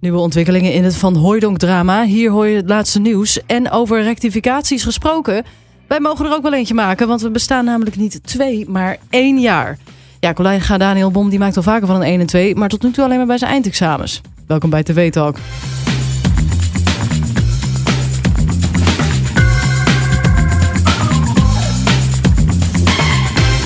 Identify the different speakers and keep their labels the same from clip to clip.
Speaker 1: Nieuwe ontwikkelingen in het Van Hooijdonk-drama. Hier hoor je het laatste nieuws. En over rectificaties gesproken. Wij mogen er ook wel eentje maken, want we bestaan namelijk niet twee, maar één jaar. Ja, collega Daniel Bom die maakt al vaker van een 1 en 2, maar tot nu toe alleen maar bij zijn eindexamens. Welkom bij TV Talk.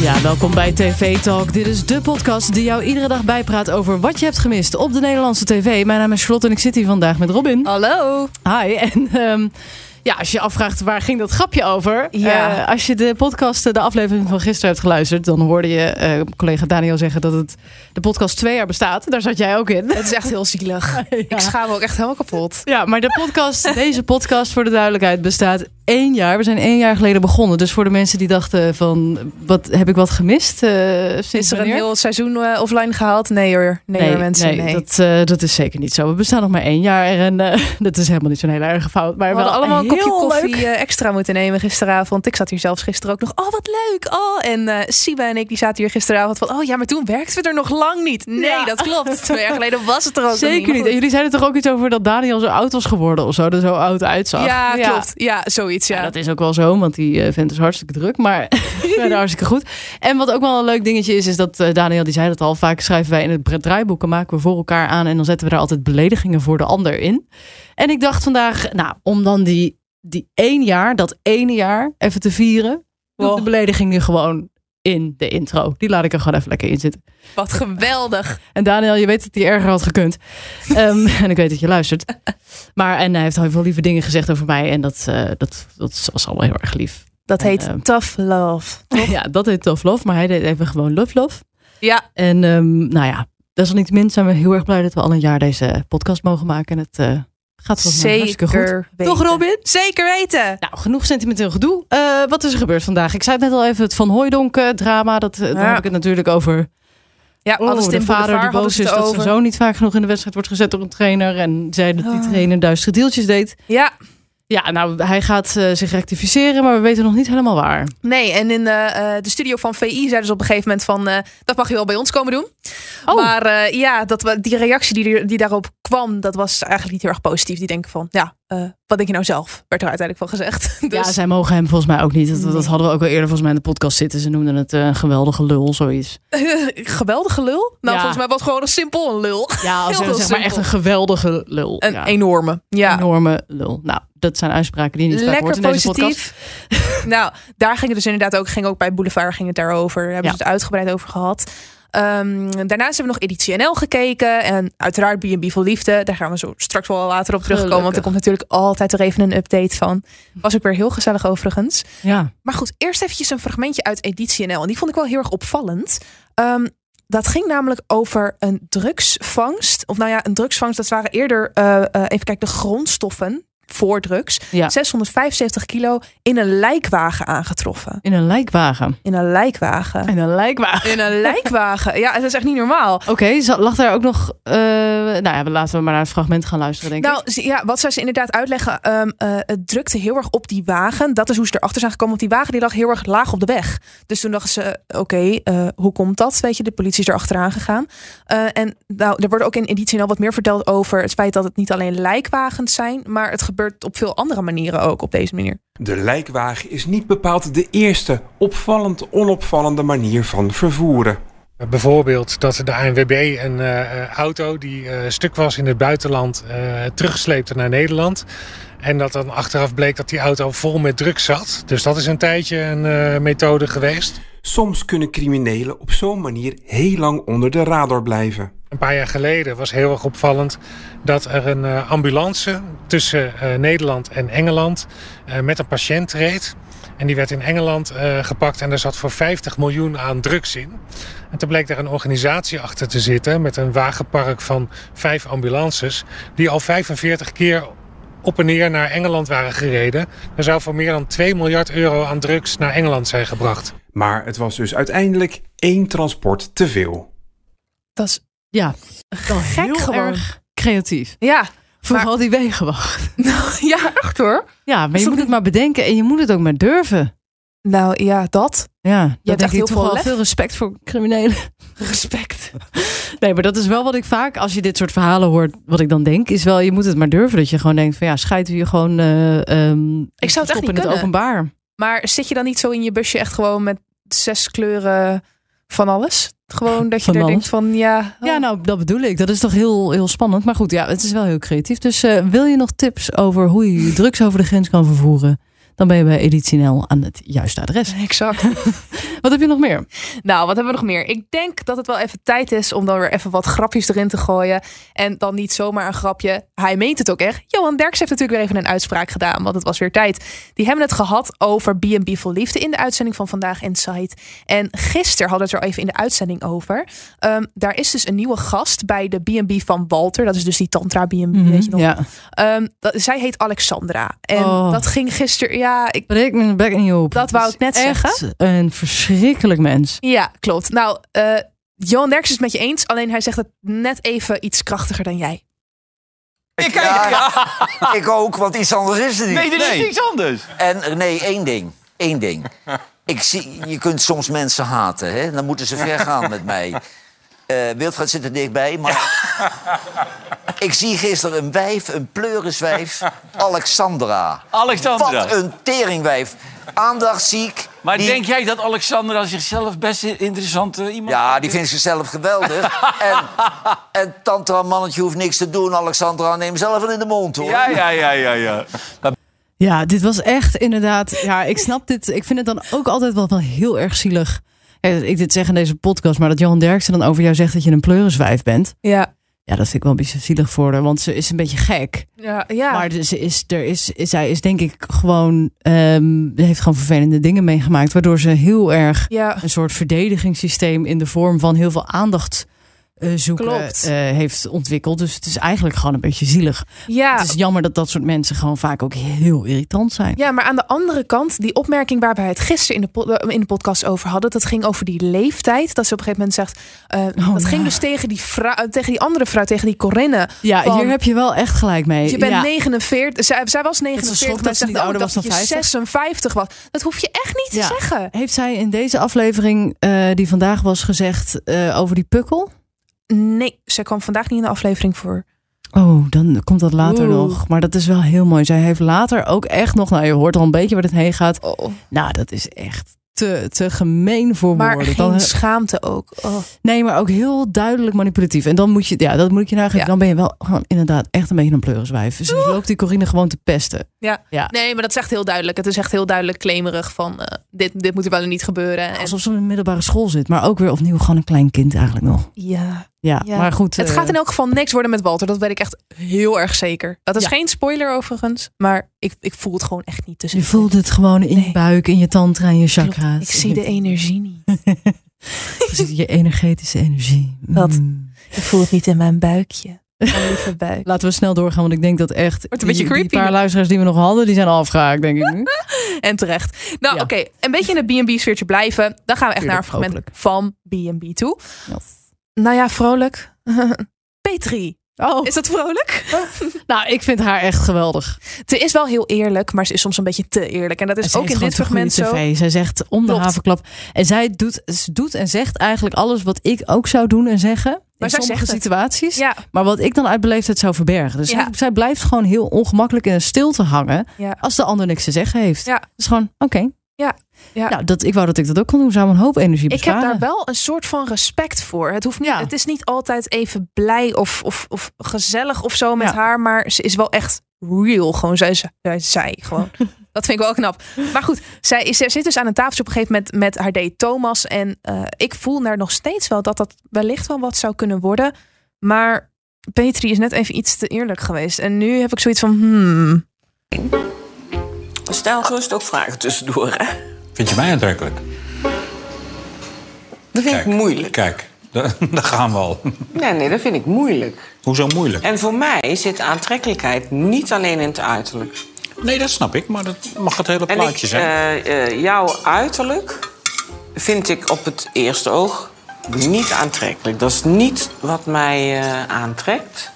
Speaker 1: Ja, welkom bij TV Talk. Dit is de podcast die jou iedere dag bijpraat over wat je hebt gemist op de Nederlandse tv. Mijn naam is Charlotte en ik zit hier vandaag met Robin.
Speaker 2: Hallo.
Speaker 1: Hi. En ehm, ja, als je afvraagt waar ging dat grapje over?
Speaker 2: Ja.
Speaker 1: Eh, als je de podcast, eh, de aflevering van gisteren hebt geluisterd, dan hoorde je eh, collega Daniel zeggen dat het de podcast twee jaar bestaat. Daar zat jij ook in.
Speaker 2: Het is echt heel zielig. Ik
Speaker 1: Ja.
Speaker 2: schaam me ook echt helemaal kapot.
Speaker 1: Ja, maar de podcast, deze podcast voor de duidelijkheid bestaat één jaar. We zijn één jaar geleden begonnen. Dus voor de mensen die dachten van, wat heb ik wat gemist? eh, sinds
Speaker 2: Is er een
Speaker 1: wanneer?
Speaker 2: heel seizoen eh, offline gehaald? Nee hoor. Nee, hoor, mensen. Nee.
Speaker 1: Dat, eh, dat is zeker niet zo. We bestaan nog maar één jaar en eh, dat is helemaal niet zo'n hele erge fout. Maar
Speaker 2: We
Speaker 1: wel
Speaker 2: hadden allemaal een kopje
Speaker 1: heel
Speaker 2: koffie
Speaker 1: leuk.
Speaker 2: eh, extra moeten nemen gisteravond. Ik zat hier zelfs gisteren ook nog. Oh, wat leuk. Oh, en eh Siba en ik die zaten hier gisteravond van. Oh ja, maar toen werkten we er nog lang niet. Nee,
Speaker 1: Ja.
Speaker 2: dat klopt. Twee jaar geleden was het er ook nog
Speaker 1: Zeker niet.
Speaker 2: Maar
Speaker 1: En jullie zeiden toch ook iets over dat Daniel zo oud was geworden of zo, er zo oud
Speaker 2: goed.
Speaker 1: uitzag.
Speaker 2: Ja, klopt. Ja, zoiets.
Speaker 1: Ja,
Speaker 2: Ja.
Speaker 1: dat is ook wel zo, want die eh, vent is hartstikke druk, maar verder hartstikke goed. En wat ook wel een leuk dingetje is, is dat eh, Daniel die zei dat al vaak schrijven wij in het bre- draaiboek en maken we voor elkaar aan en dan zetten we daar altijd beledigingen voor de ander in. En ik dacht vandaag, nou, om dan die, die één jaar, dat ene jaar, even te vieren, doe ik de
Speaker 2: Oh.
Speaker 1: belediging nu gewoon in de intro. Die laat ik er gewoon even lekker in zitten.
Speaker 2: Wat geweldig.
Speaker 1: En Daniel, je weet dat hij erger had gekund. Ehm, en ik weet dat je luistert. Maar en hij heeft al heel veel lieve dingen gezegd over mij. En dat, eh, dat, dat was allemaal heel erg lief.
Speaker 2: Dat heet
Speaker 1: En, eh,
Speaker 2: tough love.
Speaker 1: Ja, dat heet tof lof, maar hij deed even gewoon love love.
Speaker 2: Ja,
Speaker 1: En ehm, nou ja, desalniettemin zijn we heel erg blij dat we al een jaar deze podcast mogen maken. En het eh, gaat volgens mij hartstikke goed.
Speaker 2: zeker. Weten.
Speaker 1: Toch Robin?
Speaker 2: Zeker weten.
Speaker 1: Nou, genoeg sentimenteel gedoe. Eh, wat is er gebeurd vandaag? Ik zei het net al even, het Van Hooijdonk eh, drama. Dat, eh, Daar
Speaker 2: Ja.
Speaker 1: heb ik het natuurlijk over.
Speaker 2: Ja, alles
Speaker 1: Oh, de vader die boos is dat zijn zoon niet vaak genoeg in de wedstrijd wordt gezet door een trainer. En zei dat die
Speaker 2: Oh.
Speaker 1: trainer duistere deeltjes deed.
Speaker 2: Ja,
Speaker 1: Ja, nou, hij gaat eh, zich rectificeren, maar we weten nog niet helemaal waar.
Speaker 2: Nee, en in eh, eh, de studio van VI zeiden ze op een gegeven moment van... eh, dat mag je wel bij ons komen doen.
Speaker 1: Oh.
Speaker 2: Maar eh, ja, dat, we- die reactie die, er- die daarop kwam, dat was eigenlijk niet heel erg positief. Die denken van, ja, eh, wat denk je nou zelf? Werd er uiteindelijk van gezegd. Dus,
Speaker 1: Ja, zij mogen hem volgens mij ook niet. Dat, dat
Speaker 2: Nee.
Speaker 1: hadden we ook al eerder volgens mij in de podcast zitten. Ze noemden het eh, een geweldige lul, zoiets.
Speaker 2: geweldige lul. Nou,
Speaker 1: Ja.
Speaker 2: volgens mij was het gewoon een simpel een lul.
Speaker 1: Ja, als
Speaker 2: Heel
Speaker 1: in,
Speaker 2: veel
Speaker 1: zeg maar echt
Speaker 2: simpel.
Speaker 1: een geweldige lul.
Speaker 2: Een
Speaker 1: e- ja.
Speaker 2: enorme. Ja.
Speaker 1: enorme lul. Nou, dat zijn uitspraken die je niet vaak hoort
Speaker 2: Lekker
Speaker 1: in deze podcast.
Speaker 2: positief. nou, daar ging het dus inderdaad ook, ging ook bij Boulevard ging het daarover. Daar hebben
Speaker 1: Ja.
Speaker 2: ze het uitgebreid over gehad. Ehm, daarnaast hebben we nog Editie NL gekeken. En uiteraard B&B voor Liefde. Daar gaan we zo straks wel later op terugkomen. Want
Speaker 1: Gelukkig.
Speaker 2: er komt natuurlijk altijd er even een update van. Was ook weer heel gezellig overigens.
Speaker 1: Ja.
Speaker 2: Maar goed, eerst eventjes een fragmentje uit Editie NL. En die vond ik wel heel erg opvallend. Ehm, dat ging namelijk over een drugsvangst. Of nou ja, een drugsvangst. Dat waren eerder, eh, eh, even kijken, de grondstoffen voor drugs.
Speaker 1: ja,
Speaker 2: 675 kilo in een lijkwagen aangetroffen.
Speaker 1: in een lijkwagen.
Speaker 2: In een lijkwagen.
Speaker 1: In een lijkwagen.
Speaker 2: In een lijkwagen. Ja, dat is echt niet normaal.
Speaker 1: Oké, za- lag daar ook nog... eh, nou ja, laten we maar naar het fragment gaan luisteren, denk ik.
Speaker 2: Nou, ze- ja, wat zij ze inderdaad uitleggen, ehm, eh, het drukte heel erg op die wagen. Dat is hoe ze erachter zijn gekomen, want die wagen die lag heel erg laag op de weg. Dus toen dachten ze, oké, eh, hoe komt dat? Weet je, de politie is erachteraan gegaan. Eh, en nou, er wordt ook in editie al wat meer verteld over het feit dat het niet alleen lijkwagens zijn, maar het gebeurt op veel andere manieren ook op deze manier.
Speaker 3: De lijkwagen is niet bepaald de eerste opvallend onopvallende manier van vervoeren.
Speaker 4: Bijvoorbeeld dat de ANWB een eh, eh, auto die eh, stuk was in het buitenland eh, terugsleepte naar Nederland. En dat dan achteraf bleek dat die auto vol met drugs zat. Dus dat is een tijdje een eh, methode geweest.
Speaker 3: Soms kunnen criminelen op zo'n manier heel lang onder de radar blijven.
Speaker 4: Een paar jaar geleden was heel erg opvallend dat er een eh, ambulance tussen eh, Nederland en Engeland eh, met een patiënt reed. En die werd in Engeland eh, gepakt en daar zat voor 50 miljoen aan drugs in. En toen bleek daar een organisatie achter te zitten met een wagenpark van vijf ambulances. Die al 45 keer op en neer naar Engeland waren gereden. Er zou voor meer dan 2 miljard euro aan drugs naar Engeland zijn gebracht.
Speaker 3: Maar het was dus uiteindelijk één transport te veel.
Speaker 2: Dat is
Speaker 1: ja,
Speaker 2: gek
Speaker 1: heel
Speaker 2: gewoon.
Speaker 1: erg creatief.
Speaker 2: Ja,
Speaker 1: Voor
Speaker 2: Maar-
Speaker 1: al die wegenwacht.
Speaker 2: ja, echt hoor.
Speaker 1: Ja, maar je
Speaker 2: toch
Speaker 1: moet het maar bedenken en je moet het ook maar durven.
Speaker 2: Nou ja, dat.
Speaker 1: Ja, daar
Speaker 2: hebt
Speaker 1: denk
Speaker 2: echt
Speaker 1: ik
Speaker 2: heel
Speaker 1: toch
Speaker 2: veel
Speaker 1: wel
Speaker 2: lef.
Speaker 1: veel respect voor criminelen. respect. Nee, maar dat is wel wat ik vaak, als je dit soort verhalen hoort, wat ik dan denk, is wel, je moet het maar durven. Dat je gewoon denkt van ja, schijten we je gewoon eh, ehm,
Speaker 2: Ik zou
Speaker 1: op
Speaker 2: het echt niet
Speaker 1: in het
Speaker 2: kunnen.
Speaker 1: openbaar.
Speaker 2: Maar zit je dan niet zo in je busje echt gewoon met zes kleuren van alles? Gewoon dat je
Speaker 1: Van
Speaker 2: er
Speaker 1: alles?
Speaker 2: denkt van ja, oh,
Speaker 1: Ja, nou, dat bedoel ik. Dat is toch heel, heel spannend. Maar goed, ja, het is wel heel creatief. Dus eh, wil je nog tips over hoe je je drugs over de grens kan vervoeren? Dan ben je bij Editinel aan het juiste adres.
Speaker 2: exact.
Speaker 1: Wat heb je nog meer?
Speaker 2: Nou, wat hebben we nog meer? Ik denk dat het wel even tijd is om dan weer even wat grapjes erin te gooien. En dan niet zomaar een grapje. Hij meent het ook echt. Johan Derks heeft natuurlijk weer even een uitspraak gedaan, want het was weer tijd. Die hebben het gehad over B&B voor Liefde in de uitzending van Vandaag Insight. En gisteren hadden we het er even in de uitzending over. Ehm, daar is dus een nieuwe gast bij de B&B van Walter. Dat is dus die Tantra B&B, weet je
Speaker 1: Mhm,
Speaker 2: nog?
Speaker 1: Ja.
Speaker 2: Ehm, dat, zij heet Alexandra. En
Speaker 1: Oh.
Speaker 2: dat ging gisteren... Ja, ik,
Speaker 1: Breek mijn bek niet op.
Speaker 2: Dat wou
Speaker 1: Het
Speaker 2: ik net
Speaker 1: is echt Een verschrikkelijk mens.
Speaker 2: Ja, klopt. Nou, eh Johan Derks is het met je eens, alleen hij zegt het net even iets krachtiger dan jij.
Speaker 5: Ik kijk.
Speaker 6: Ik ook, want iets anders is er niet.
Speaker 5: Nee, er is niks anders.
Speaker 6: En nee, één ding. Één ding. Ik zie, je kunt soms mensen haten, hè? Dan moeten ze ver gaan met mij. Eh Wilfred zit er dichtbij, maar... ik zie gisteren een wijf, een pleuriswijf, Alexandra.
Speaker 5: Alexandra.
Speaker 6: Wat een teringwijf. Aandachtziek.
Speaker 5: Maar
Speaker 6: die-
Speaker 5: denk jij dat Alexandra zichzelf best een interessante iemand
Speaker 6: Ja, die vindt zichzelf geweldig. en, en tantra mannetje hoeft niks te doen. Alexandra, neem zelf wel in de mond, hoor.
Speaker 5: Ja, ja, ja, ja, ja.
Speaker 1: Ja, dit was echt inderdaad. Ja, ik snap dit. Ik vind het dan ook altijd wel, wel heel erg zielig. Hè, dat Ik dit zeg in deze podcast, maar dat Johan Derksen dan over jou zegt dat je een pleuriswijf bent.
Speaker 2: Ja,
Speaker 1: Ja, dat vind ik wel een beetje zielig voor haar, want ze is een beetje gek.
Speaker 2: ja, ja.
Speaker 1: Maar ze is, er is, is, zij is denk ik gewoon, ehm, heeft gewoon vervelende dingen meegemaakt, waardoor ze heel erg
Speaker 2: ja.
Speaker 1: een soort verdedigingssysteem in de vorm van heel veel aandacht eh, zoeken
Speaker 2: Klopt.
Speaker 1: eh, heeft ontwikkeld. Dus het is eigenlijk gewoon een beetje zielig.
Speaker 2: Ja.
Speaker 1: Het is jammer dat dat soort mensen gewoon vaak ook heel irritant zijn.
Speaker 2: ja, maar aan de andere kant, die opmerking waar we het gisteren in de, po- eh, in de podcast over hadden, dat ging over die leeftijd. Dat ze op een gegeven moment zegt, eh,
Speaker 1: Oh,
Speaker 2: dat
Speaker 1: ja.
Speaker 2: ging dus tegen die, vrou- eh, tegen die andere vrouw, tegen die Corinne.
Speaker 1: Ja,
Speaker 2: Van- Dus
Speaker 1: hier heb je wel echt gelijk mee.
Speaker 2: Je bent
Speaker 1: ja.
Speaker 2: 49, zij, zij was
Speaker 1: is een
Speaker 2: 49,
Speaker 1: schok
Speaker 2: maar
Speaker 1: dat
Speaker 2: ze
Speaker 1: ze
Speaker 2: zegt,
Speaker 1: niet
Speaker 2: oh, ik
Speaker 1: ouder
Speaker 2: dacht
Speaker 1: was
Speaker 2: dat
Speaker 1: dan
Speaker 2: je
Speaker 1: 50.
Speaker 2: 56 was. Dat hoef je echt niet te
Speaker 1: Ja.
Speaker 2: zeggen.
Speaker 1: Heeft zij in deze aflevering eh, die vandaag was gezegd eh, over die pukkel?
Speaker 2: Nee, zij kwam vandaag niet in de aflevering voor.
Speaker 1: Oh, dan komt dat later
Speaker 2: Oeh.
Speaker 1: nog. Maar dat is wel heel mooi. Zij heeft later ook echt nog... Nou, je hoort al een beetje waar dit heen gaat.
Speaker 2: Oh.
Speaker 1: Nou, dat is echt te, te gemeen voor
Speaker 2: Maar
Speaker 1: woorden.
Speaker 2: geen
Speaker 1: Dan, eh,
Speaker 2: schaamte ook. Oh.
Speaker 1: nee, maar ook heel duidelijk manipulatief. En dan moet je... Ja, dat moet ik je nageven.
Speaker 2: Ja.
Speaker 1: Dan ben je wel gewoon inderdaad echt een beetje een pleuriswijf. Dus dan loopt die Corine gewoon te pesten.
Speaker 2: Ja.
Speaker 1: Ja.
Speaker 2: Nee, maar dat is echt heel duidelijk. Het is echt heel duidelijk claimerig van eh, dit, dit moet er wel en niet gebeuren. En,
Speaker 1: Alsof ze op een middelbare school zit. Maar ook weer opnieuw gewoon een klein kind eigenlijk nog.
Speaker 2: ja.
Speaker 1: Ja,
Speaker 2: Ja.
Speaker 1: maar goed.
Speaker 2: Het
Speaker 1: eh,
Speaker 2: gaat in elk geval niks worden met Walter. Dat weet ik echt heel erg zeker. Dat is
Speaker 1: Ja.
Speaker 2: geen spoiler overigens. Maar ik, ik voel het gewoon echt niet. Dus
Speaker 1: Je voelt het gewoon in je
Speaker 2: Nee.
Speaker 1: buik, in je tantra, in je
Speaker 2: Klopt.
Speaker 1: chakra's.
Speaker 2: Ik zie de energie niet.
Speaker 1: Ik zie je energetische energie.
Speaker 2: Dat.
Speaker 1: Mm.
Speaker 2: Ik voel het niet in mijn buikje. Mijn lieve buik.
Speaker 1: Laten we snel doorgaan, want ik denk dat echt...
Speaker 2: Wordt een beetje
Speaker 1: die,
Speaker 2: creepy
Speaker 1: Die paar
Speaker 2: nu.
Speaker 1: luisteraars die we nog hadden, die zijn afgehaakt, denk ik nu.
Speaker 2: En terecht. Nou,
Speaker 1: Ja.
Speaker 2: oké. Een beetje in de B&B-sfeertje blijven. Dan gaan we echt naar een
Speaker 1: Tuurlijk,
Speaker 2: fragment van B&B toe.
Speaker 1: Yes.
Speaker 2: Nou ja, vrolijk. Petri.
Speaker 1: Oh,
Speaker 2: Is dat vrolijk?
Speaker 1: nou, ik vind haar echt geweldig.
Speaker 2: Ze is wel heel eerlijk, maar ze is soms een beetje te eerlijk. En dat is
Speaker 1: Ze
Speaker 2: Dus ook
Speaker 1: heeft
Speaker 2: in
Speaker 1: gewoon
Speaker 2: dit
Speaker 1: te goede
Speaker 2: fragment zo.
Speaker 1: TV. Zij zegt om de
Speaker 2: Klopt.
Speaker 1: havenklap. En zij doet, ze doet en zegt eigenlijk alles wat ik ook zou doen en zeggen.
Speaker 2: zij
Speaker 1: in sommige
Speaker 2: zegt het.
Speaker 1: situaties.
Speaker 2: Ja,
Speaker 1: Maar wat ik dan uit beleefdheid zou verbergen. Dus
Speaker 2: Ja.
Speaker 1: zij, zij blijft gewoon heel ongemakkelijk in een stilte hangen.
Speaker 2: ja.
Speaker 1: als de ander niks te zeggen heeft.
Speaker 2: Ja.
Speaker 1: Dus gewoon, oké.
Speaker 2: Ja, ja.
Speaker 1: Nou, dat, ik wou dat ik dat ook kon doen. Zou me een hoop energie
Speaker 2: Ik heb
Speaker 1: besparen.
Speaker 2: daar wel een soort van respect voor. Het, hoeft niet,
Speaker 1: Ja.
Speaker 2: het is niet altijd even blij of, of, of gezellig of zo met
Speaker 1: Ja.
Speaker 2: haar. Maar ze is wel echt real. Gewoon zij, zij, zij gewoon. Dat vind ik wel knap. Maar goed, zij, is, zij zit dus aan een tafeltje op een gegeven moment met haar date Thomas. En eh, ik voel daar nog steeds wel dat dat wellicht wel wat zou kunnen worden. Maar Petri is net even iets te eerlijk geweest. En nu heb ik zoiets van, hmm,
Speaker 7: Stel gerust ook vragen tussendoor, hè?
Speaker 8: Vind je mij aantrekkelijk?
Speaker 7: Dat vind ik moeilijk.
Speaker 8: Kijk, da- daar gaan we al.
Speaker 7: Nee, nee, dat vind ik moeilijk.
Speaker 8: Hoezo moeilijk?
Speaker 7: En voor mij zit aantrekkelijkheid niet alleen in het uiterlijk.
Speaker 8: Nee, dat snap ik, maar dat mag het hele
Speaker 7: En ik,
Speaker 8: plaatje zijn.
Speaker 7: eh, eh, jouw uiterlijk vind ik op het eerste oog niet aantrekkelijk. Dat is niet wat mij eh, aantrekt.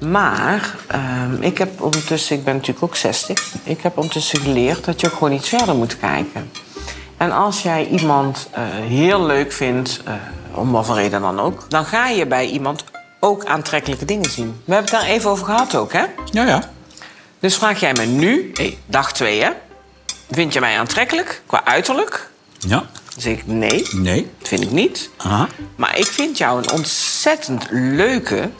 Speaker 7: Maar ehm, ik heb ondertussen, ik ben natuurlijk ook 60, ik heb ondertussen geleerd dat je ook gewoon iets verder moet kijken. En En als jij iemand eh, heel leuk vindt, eh, om wat voor reden dan ook, dan ga je bij iemand ook aantrekkelijke dingen zien. We hebben het daar even over gehad ook, hè?
Speaker 8: Ja, ja.
Speaker 7: Dus vraag jij me nu, hé, dag twee, hè? Vind je mij aantrekkelijk qua uiterlijk?
Speaker 8: Ja.
Speaker 7: Dan zeg ik nee,
Speaker 8: Nee.
Speaker 7: dat vind ik niet.
Speaker 8: Aha.
Speaker 7: Maar ik vind jou een ontzettend leuke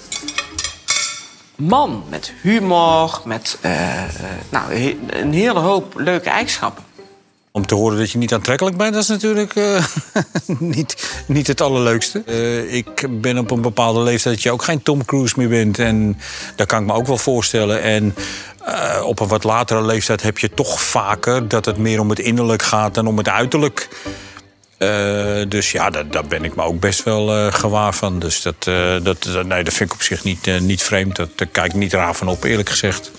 Speaker 7: man. Met humor, met eh, eh, nou, he- een hele hoop leuke eigenschappen.
Speaker 8: Om te horen dat je niet aantrekkelijk bent, dat is natuurlijk eh, niet, niet het allerleukste. Eh, ik ben op een bepaalde leeftijd dat je ook geen Tom Cruise meer bent. En dat kan ik me ook wel voorstellen. En eh, op een wat latere leeftijd heb je toch vaker dat het meer om het innerlijk gaat dan om het uiterlijk. Eh, dus ja, daar, daar ben ik me ook best wel eh, gewaar van. Dus dat, eh, dat, dat- nee, dat vind ik op zich niet, eh, niet vreemd. Dat, daar kijk ik niet raar van op, eerlijk gezegd.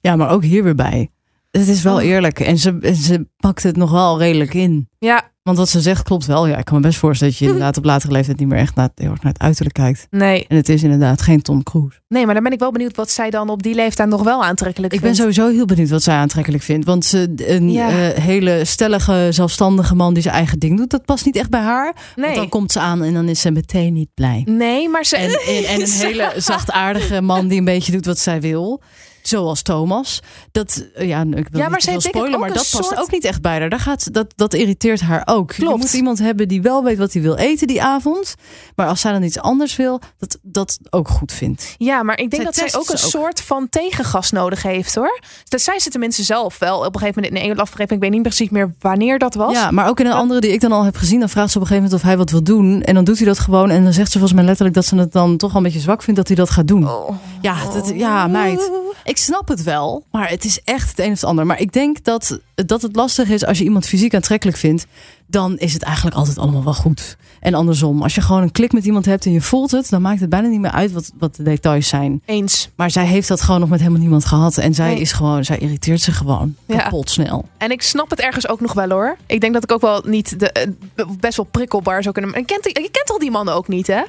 Speaker 1: Ja, maar ook hier weer bij. Het is
Speaker 2: Oh.
Speaker 1: wel eerlijk. En ze, en ze pakt het nog wel redelijk in.
Speaker 2: Ja,
Speaker 1: Want wat ze zegt klopt wel. Ja, ik kan me best voorstellen dat je inderdaad op latere leeftijd niet meer echt naar, heel erg naar het uiterlijk kijkt.
Speaker 2: nee.
Speaker 1: En het is inderdaad geen Tom Cruise.
Speaker 2: Nee, maar dan ben ik wel benieuwd wat zij dan op die leeftijd nog wel aantrekkelijk
Speaker 1: Ik ben
Speaker 2: vindt.
Speaker 1: sowieso heel benieuwd wat zij aantrekkelijk vindt. Want ze, een
Speaker 2: Ja.
Speaker 1: eh, hele stellige, zelfstandige man die zijn eigen ding doet, dat past niet echt bij haar. Want dan
Speaker 2: Nee,
Speaker 1: komt ze aan en dan is ze meteen niet blij.
Speaker 2: nee maar ze...
Speaker 1: En, en, en een hele zachtaardige man die een beetje doet wat zij wil. Zoals Thomas. Dat, eh, ja, ik wil
Speaker 2: Ja, maar
Speaker 1: niet te
Speaker 2: zij
Speaker 1: veel
Speaker 2: heeft denk ik
Speaker 1: spoilen,
Speaker 2: ook
Speaker 1: maar
Speaker 2: een
Speaker 1: dat past
Speaker 2: soort-
Speaker 1: ook niet echt bij haar. Daar gaat, dat, dat irriteert haar ook. Je
Speaker 2: Klopt.
Speaker 1: moet iemand hebben die wel weet wat hij wil eten die avond. Maar als zij dan iets anders wil, dat dat ook goed vindt.
Speaker 2: Ja, maar ik denk
Speaker 1: Zij
Speaker 2: dat zij
Speaker 1: test
Speaker 2: ook een
Speaker 1: ze ook.
Speaker 2: soort van tegengas nodig heeft, hoor. Dus Dat zei ze tenminste zelf wel op een gegeven moment in Engeland afgegeven. Ik weet niet precies meer wanneer dat was.
Speaker 1: Ja, maar ook in een andere die ik dan al heb gezien, dan vraagt ze op een gegeven moment of hij wat wil doen. En dan doet hij dat gewoon. En dan zegt ze volgens mij letterlijk dat ze het dan toch al een beetje zwak vindt dat hij dat gaat doen.
Speaker 2: Oh.
Speaker 1: Ja, dat, ja, meid. Ik snap het wel, maar het is echt het een of het ander. Maar ik denk dat, dat het lastig is als je iemand fysiek aantrekkelijk vindt. Dan is het eigenlijk altijd allemaal wel goed. En andersom, als je gewoon een klik met iemand hebt en je voelt het, dan maakt het bijna niet meer uit wat, wat de details zijn.
Speaker 2: Eens.
Speaker 1: Maar zij heeft dat gewoon nog met helemaal niemand gehad. En zij
Speaker 2: Nee.
Speaker 1: is gewoon, zij irriteert zich gewoon
Speaker 2: Ja.
Speaker 1: kapot snel.
Speaker 2: En ik snap het ergens ook nog wel, hoor. Ik denk dat ik ook wel niet de, eh, b- best wel prikkelbaar zou kunnen. En kent, je kent al die mannen ook niet, hè?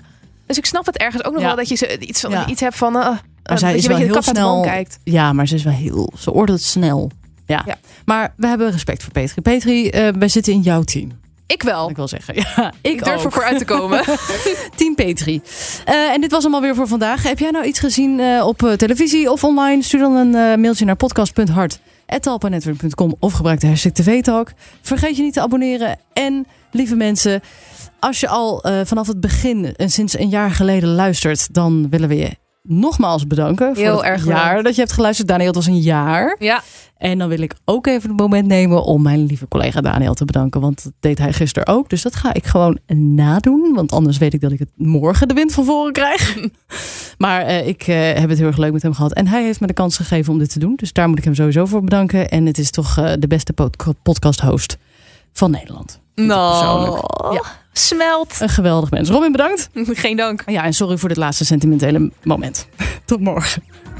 Speaker 2: Dus ik snap het ergens ook nog
Speaker 1: Ja.
Speaker 2: wel dat je ze, iets, van-
Speaker 1: Ja.
Speaker 2: iets hebt van. eh, eh,
Speaker 1: Maar
Speaker 2: dat je
Speaker 1: zij
Speaker 2: een
Speaker 1: is
Speaker 2: beetje
Speaker 1: wel
Speaker 2: de
Speaker 1: heel
Speaker 2: kat uit de boom
Speaker 1: snel.
Speaker 2: kijkt.
Speaker 1: Ja, maar ze is wel heel. Ze oordeelt snel. Ja.
Speaker 2: Ja.
Speaker 1: Maar we hebben respect voor Petri. Petri, eh, wij zitten in jouw team. kan
Speaker 2: Ik wel.
Speaker 1: Ik wil zeggen. Ja, ik,
Speaker 2: Ik durf
Speaker 1: ook.
Speaker 2: er voor uit te komen.
Speaker 1: Team Petri. Eh, en dit was hem alweer voor vandaag. Heb jij nou iets gezien eh, op eh, televisie of online? Stuur dan een eh, mailtje naar podcast.hart.talpanetwerk.com of gebruik de hashtag TVTalk. Vergeet je niet te abonneren. En lieve mensen, als je al eh, vanaf het begin en sinds een jaar geleden luistert, dan willen we je nogmaals bedanken voor
Speaker 2: Heel
Speaker 1: het
Speaker 2: erg
Speaker 1: jaar
Speaker 2: bedankt.
Speaker 1: dat je hebt geluisterd. Daniel, het was een jaar.
Speaker 2: ja.
Speaker 1: En dan wil ik ook even het moment nemen om mijn lieve collega Daniel te bedanken. Want dat deed hij gisteren ook. Dus dat ga ik gewoon nadoen. Want anders weet ik dat ik het morgen de wind van voren krijg. maar eh, ik eh, heb het heel erg leuk met hem gehad. En hij heeft me de kans gegeven om dit te doen. Dus daar moet ik hem sowieso voor bedanken. En het is toch eh, de beste pod- podcast-host van Nederland.
Speaker 2: Nou.
Speaker 1: Persoonlijk.
Speaker 2: Ja. Smelt.
Speaker 1: Een geweldig mens. Robin, bedankt.
Speaker 2: Geen dank.
Speaker 1: Ja, en sorry voor dit laatste sentimentele moment. Tot morgen.